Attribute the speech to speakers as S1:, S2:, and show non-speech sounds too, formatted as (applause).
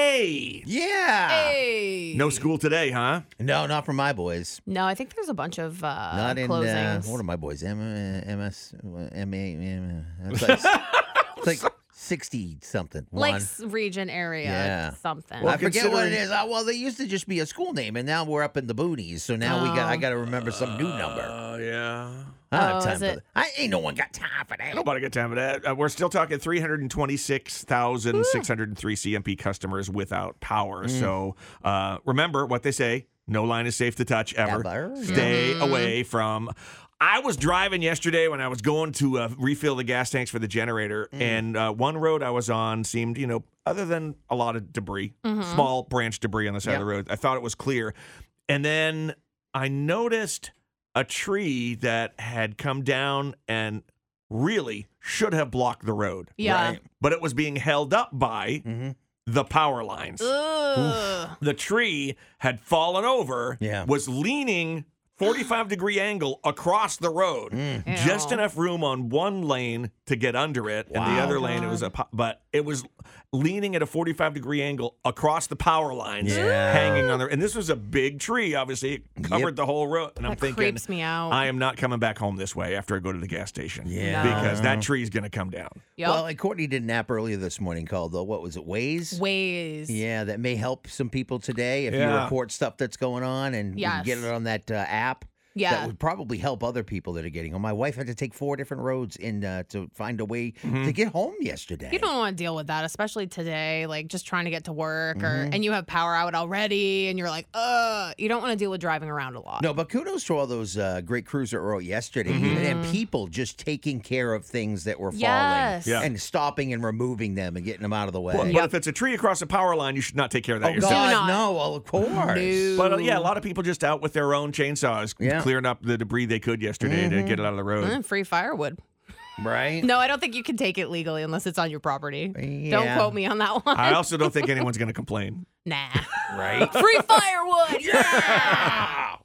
S1: Hey!
S2: Yeah.
S3: Hey.
S1: No school today, huh?
S2: No, not for my boys.
S3: No, I think there's a bunch of uh,
S2: Not in uh,
S3: closings.
S2: what are my boys? M- uh, MS, M- A- M- uh, It's like,
S3: (laughs)
S2: it's like sixty something.
S3: like
S2: One.
S3: s- region area
S2: Yeah.
S3: something.
S1: Well,
S2: I forget what it
S1: considering-
S2: is. Uh, well, they used to just be a school name, and now we're up in the boonies. So now we got I
S3: Oh. Uh,
S2: got to remember some new number.
S1: Oh, yeah.
S2: I don't have
S3: Oh,
S2: time
S3: is
S2: for
S3: it-
S2: that. I ain't no one got time for that.
S1: Nobody got time for that. Uh, we're still talking 326,603 CMP customers without power. So uh, remember what they say no line is safe to touch ever.
S2: Ever.
S1: Stay away from. I was driving yesterday when I was going to uh, refill the gas tanks for the generator, and uh, one road I was on seemed, you know, other than a lot of debris,
S3: Mm-hmm.
S1: small branch debris on the side of the road, I thought it was clear. And then I noticed a tree that had come down and really should have blocked the road.
S3: yeah.
S2: Right. Mm-hmm.
S1: But it was being held up by the power lines.
S3: Ugh.
S1: The tree had fallen over,
S2: Yeah.
S1: was leaning
S3: (gasps)
S1: 45 degree angle across the road.
S2: Mm.
S1: Just
S3: Ew.
S1: enough room on one lane to get under it, and the
S2: Wow.
S1: other lane it was a po- but it was leaning at a 45 degree angle across the power lines,
S2: Yeah.
S1: hanging on there. And this was a big tree, obviously, it covered the whole road. And I'm
S3: That
S1: thinking,
S3: creeps me out.
S1: I am not coming back home this way after I go to the gas station.
S2: Yeah.
S3: No.
S1: Because that tree's going to come down.
S3: yep.
S2: Well, like Courtney did an app earlier this morning called the what was it Waze?
S3: Ways.
S2: Yeah, that may help some people today if you
S1: Yeah.
S2: report stuff that's going on and you can get
S3: Yes.
S2: it on that uh, app.
S3: Yeah.
S2: That would probably help other people that are getting home. My wife had to take four different roads in uh, to find a way to get home yesterday.
S3: Mm-hmm. You don't want to deal with that, especially today, like just trying to get to work
S2: Mm-hmm.
S3: or and you have power out already and you're like, uh, you don't want to deal with driving around a lot.
S2: No, but kudos to all those uh, great crews that were out yesterday,
S3: Mm-hmm.
S2: even and people just taking care of things that were falling
S3: Yes.
S1: Yeah.
S2: and stopping and removing them and getting them out of the way.
S1: Well, But if it's a tree across a power line, you should not take care of that
S2: oh
S1: yourself.
S3: Do
S2: God,
S3: not.
S2: no! Well, of course.
S3: No.
S1: But uh, yeah, a lot of people just out with their own chainsaws,
S2: Yeah. Mm-hmm.
S1: clearing up the debris they could yesterday to get it out of the road.
S3: Mm, free firewood.
S2: Right?
S3: No, I don't think you can take it legally unless it's on your property. Don't
S2: Yeah.
S3: quote me on that (laughs) one.
S1: I also don't think anyone's going to complain.
S3: nah.
S2: Right? (laughs)
S3: free firewood. (laughs) Yeah.